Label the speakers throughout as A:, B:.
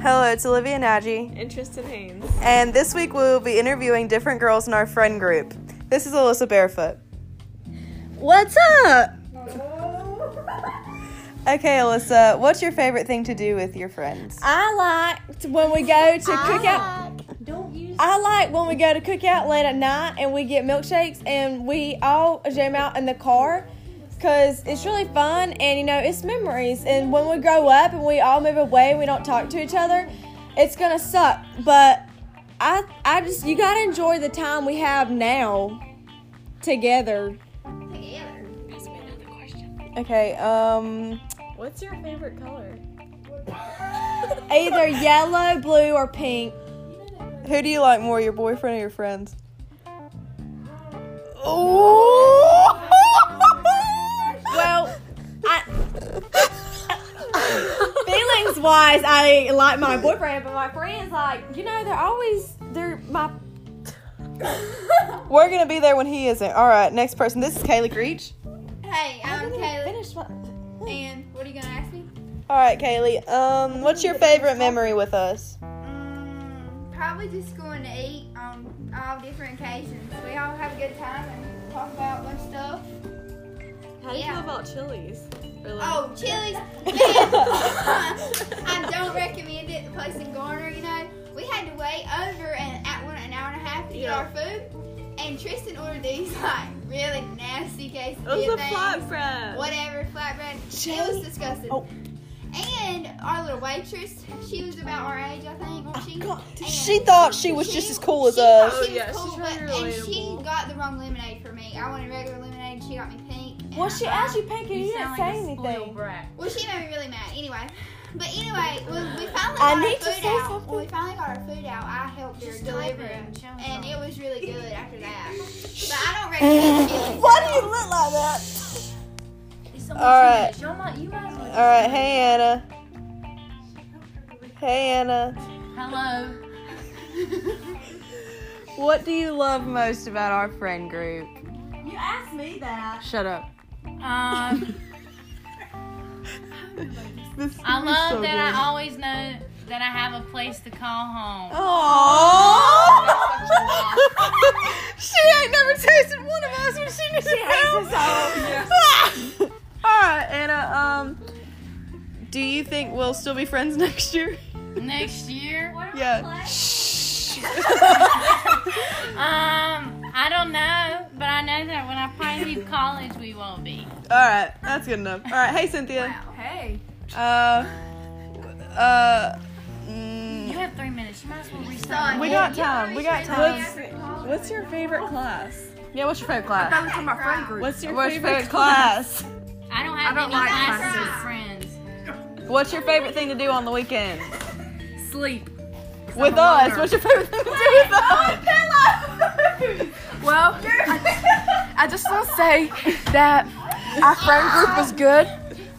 A: Hello, it's Olivia Nagy,
B: and Tristan Haynes.
A: and this week we will be interviewing different girls in our friend group. This is Alyssa Barefoot.
C: What's up?
A: Okay, Alyssa, what's your favorite thing to do with your friends?
B: I liked when we go to cookout.
C: Don't use.
B: I like when we go to cookout late at night and we get milkshakes and we all jam out in the car because it's really fun and you know it's memories. And when we grow up and we all move away, and we don't talk to each other. It's gonna suck, but I I just you gotta enjoy the time we have now together.
A: Okay, um,
D: What's your favorite color?
B: Either yellow, blue, or pink.
A: who do you like more, your boyfriend or your friends? Oh!
B: Well, I, feelings wise, I like my boyfriend, but my friends, like, you know, they're always, they're my.
A: We're gonna be there when he isn't. All right, next person. This is Kaylee Creech.
C: Hey, I'm Kaylee.
B: Finish what?
C: And what are you gonna ask me?
A: All right, Kaylee. Um, what's your favorite memory with us?
C: Um, probably just going to eat on all different occasions. We all have a good time and talk about fun stuff.
D: How do you
C: Yeah.
D: feel about chilies? Or like,
C: Oh, Chili's. Man, I don't recommend it. The place in Garner, you know, we had to wait over an at one an hour and a half to
D: Yeah.
C: get our food, and Tristan ordered these like really nasty quesadilla
D: it was a
C: things.
D: flat bread.
C: whatever flatbread. It was disgusting.
A: Oh.
C: And our little waitress, she was about our age, I think, wasn't she? And
A: She thought she was just as cool as
C: she thought
A: us.
C: she
D: Oh,
C: was
D: yeah, she's
C: cool,
D: very
C: but- and she
D: relatable.
C: got the wrong lemonade for me. I wanted regular lemonade. She got me pink. and
B: Well,
C: I-
B: she asked you, Pink, and you didn't
D: sound
B: say
D: like a spoiled
B: anything.
D: brat.
C: Well, she made me really mad. Anyway, but anyway, when we finally got
B: I
C: our
B: need to
C: food
B: say
C: out,
B: something.
C: when we finally got our food out, I helped her deliver it, and it was really good after that. But I don't recommend it.
A: Why do you look like that? All right. All right. Hey, Anna. Hey, Anna.
E: Hello.
A: What do you love most about our friend group?
E: You asked me that.
A: Shut up.
E: Um,
A: This
E: I love that I always know that I have a place to call home.
A: Aww. she ain't never tasted one of us when she knew she hates us all. all right, Anna. Um, do you think we'll still be friends next year?
E: Next year,
A: Yeah.
E: um, I don't know, but I know that when I probably leave college, we won't be.
A: All right, that's good enough. All right, hey Cynthia.
D: Hey.
A: Uh, uh, mm,
E: You have three minutes. You might as well
C: Son,
E: restart.
A: we
C: yeah,
A: got
C: you
A: time. We got
C: always
A: time.
C: say that.
D: What's your favorite class?
A: Yeah, what's your favorite class?
C: was from my friend group.
D: What's your
A: What's your
D: favorite,
A: favorite class?
E: I don't have
D: I don't
E: any
D: like
E: classes with
C: classes.
E: friends.
A: What's your favorite thing to do on the weekend?
E: Sleep.
A: With us. What's your favorite thing to do with us?
F: Well, I just want to say that our friend group was good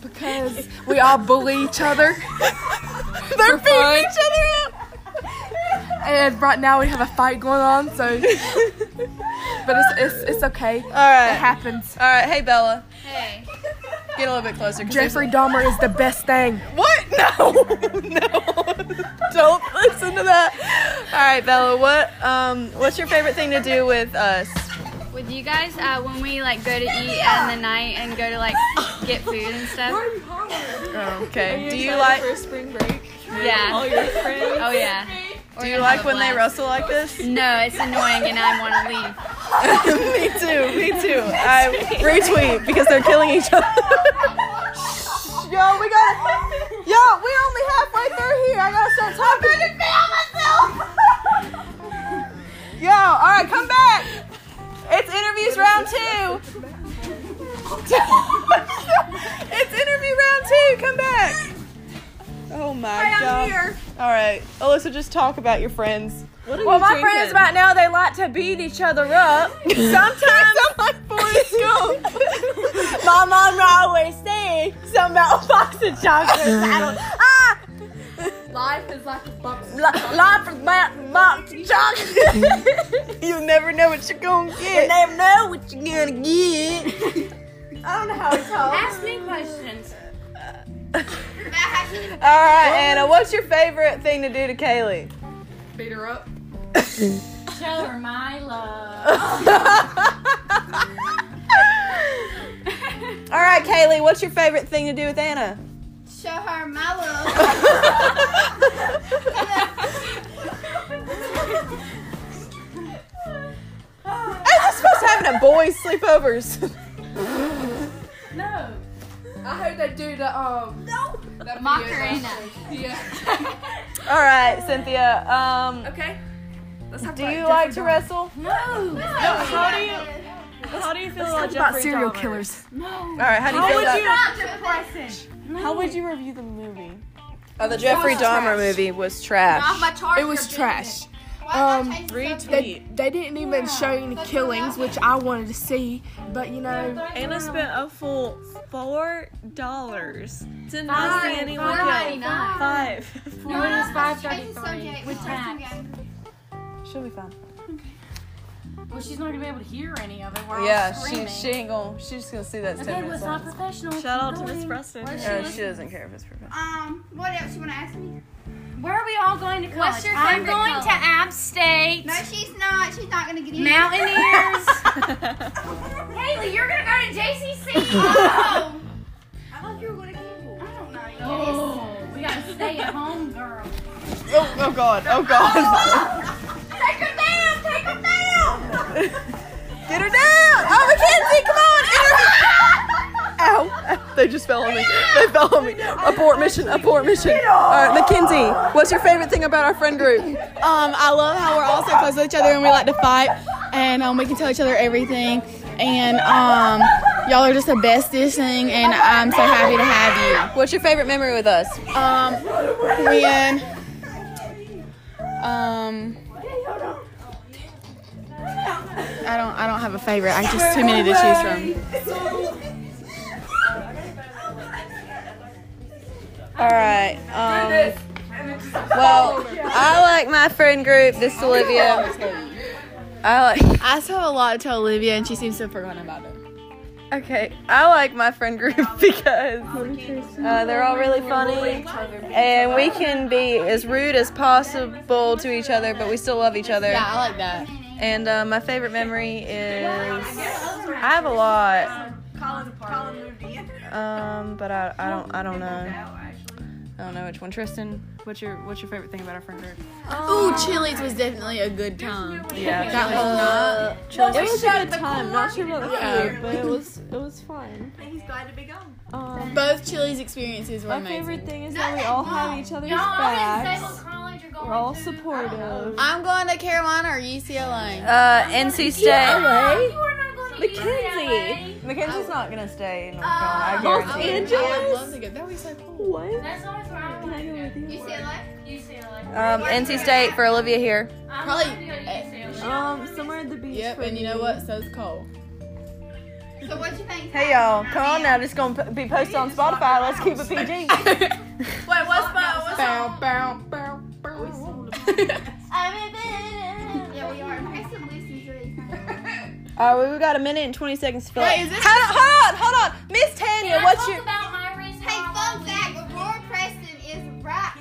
F: because we all bully each other
A: They're beating each other up.
F: and right now we have a fight going on, so but it's it's, it's okay. It
A: All right.
F: happens.
A: All right. Hey Bella,
C: Hey.
A: get a little bit closer. 'cause
F: Jeffrey Dahmer is the best thing.
A: there's- What? No. no. Don't listen to that. All right, Bella. What? Um. What's your favorite thing to do with us?
G: With you guys, uh, when we like go to eat out in the night and go to like get food and stuff.
A: Okay. Do you like?
D: for spring break? All
G: Yeah.
D: your friends.
G: Oh yeah.
A: Do you like when they
G: blast.
A: wrestle like this?
G: No, it's annoying and I want to leave.
A: me too. Me too. I retweet because they're killing each other. Yo, we gotta. Yo, we only halfway through here. I gotta start talking. I'm gonna myself. Yo, all right, come back. It's interviews round two. it's interview round two. Come back. Oh my god. All right, Alyssa, just talk about your friends.
D: What are
B: Well,
D: you
B: my
D: drinking?
B: friends right now, they like to beat each other up.
A: Sometimes I'm like Forrest Gump.
B: my mom always said something about a box of chocolates. I don't. Ah! Life is like a box. Life is like a box of chocolates.
A: you never know what you're gonna
B: you
A: get.
B: never know what you're gonna get.
E: Ask me questions.
C: About how
A: All right, Anna, what's your favorite thing to do to Kaylee?
F: Beat her up.
E: Show her my love.
A: All right, Kaylee, what's your favorite thing to do with Anna?
C: Show her my love.
A: As we're supposed to having a boys sleepovers.
E: No.
F: I heard they do the um. No. That
E: Macarena.
F: Yeah.
A: All right, Cynthia. Um,
F: Okay. Let's talk
A: do
F: about
A: you
F: different
A: like to
F: genres.
A: wrestle?
D: How do you how do you feel about,
F: About
D: Jeffrey
F: serial
D: Dahmer?
F: killers.
A: All right, how do you
D: How
A: feel
D: would
A: about
D: you How would you review the movie?
A: oh, the Jeffrey Dahmer movie was trash.
F: It was trash.
C: Why
F: Um,
C: not change the subject?
F: They, they didn't even show any killings, which I wanted to see. But you know,
D: Anna spent a full four dollars to not see anyone killed. Five.
C: No, no, no, let's change the subject. Let's change the subject.
A: She'll be fine.
E: Well, she's not gonna be able to hear any of it. We're
A: Yeah,
E: all
A: she
E: screaming.
A: she ain't gonna. She's just gonna see that ten
E: Okay, well,
A: minutes.
E: it's
A: long.
E: not professional.
D: Shout out to Miss Preston.
A: Uh, she doesn't care if it's professional.
C: Um, what else you want to ask me?
E: Where are we all going to college?
G: What's your
E: I'm
G: favorite
E: going to
G: color?
E: App State.
C: No, she's not. She's not gonna get in.
E: Mountaineers. Haley, you're gonna go to JCC.
C: Oh. I thought you were gonna gamble. I don't know.
E: oh, we gotta stay at home, girl.
A: Oh, oh God! Oh God!
C: Take her down. Take her down.
A: Get her down! Oh, Mackenzie, come on! Get her- Ow! They just fell on me. They fell on me. Abort mission. Abort mission. All right, Mackenzie, what's your favorite thing about our friend group?
H: Um, I love how we're all so close to each other and we like to fight, and um, we can tell each other everything. And um, y'all are just the bestest thing, and I'm so happy to have
A: What's your favorite memory with us?
H: you. Um, when um, I don't, I don't have a favorite. I just too many to choose from.
A: All right. Um, well, I like my friend group. This is Olivia. I like.
H: I tell a lot to Olivia, and she seems to have forgotten about it.
A: Okay, I like my friend group because uh, they're all really funny, and we can be as rude as possible to each other, but we still love each other.
H: Yeah, I like that.
A: And uh, my favorite memory is I have a lot. Um, but I, I don't I don't know. I don't know which one. Tristan, what's your what's your favorite thing about our friend group?
H: Ooh, Chili's was definitely a good time.
A: Yeah,
H: That was not.
D: It was a good time. Not sure about the food, but it was it was fun.
H: Both Chili's experiences were
D: My
H: amazing.
D: favorite thing is that we all have each other's
E: Y'all always say
D: backs.
E: what college you're going
D: We're all
E: to.
D: supportive.
H: I'm going to Carolina or UCLA.
A: Uh, NC State.
E: Oh, you are not going to UCLA.
A: Mackenzie's not gonna stay in North Carolina. I
H: I
A: guarantee
H: would-
A: it.
H: I would love to go. That would be so cool.
E: That's always where I want to go.
C: UCLA.
E: UCLA.
A: Um, NC State for Olivia here.
E: I
H: Probably-
E: wanted to go to
A: eh,
E: UCLA.
D: Um, somewhere at the beach.
H: Yep, and you know what? So's Cole.
C: So what you think?
A: Hey y'all, come on now. This is gonna be posted on Spotify. Let's keep it PG.
H: Bow, bow, bow, bow.
C: Yeah, we are. Mason listens to these things.
A: All right, we've got a minute and 20 seconds to fill
H: Wait,
A: out.
H: is this-
A: Hold on, hold on, hold on. Miss Tanya,
E: I
A: what's
E: talked
A: your...
E: about my reason
C: Hey,
E: why I
C: fun
E: wanted to
C: fact: Aurora Preston is right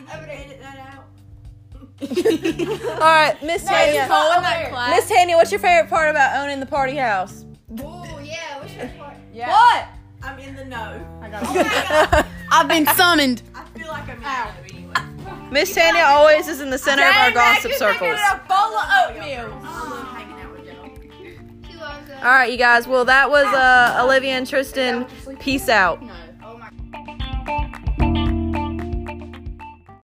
C: over there.
A: All right, Miss Tanya.
H: Cole in that class.
A: Miss Tanya, what's your favorite part about owning the party house?
C: Oh yeah, what's your part?
A: What?
I: I'm in the know.
H: I've been summoned.
I: Oh I feel like I'm in the know anyway.
A: Miss Tanya always is in the center of our gossip circles.
C: She loves us.
A: All right, you guys. Well, that was uh, Olivia and Tristan. Peace out.
C: Oh my.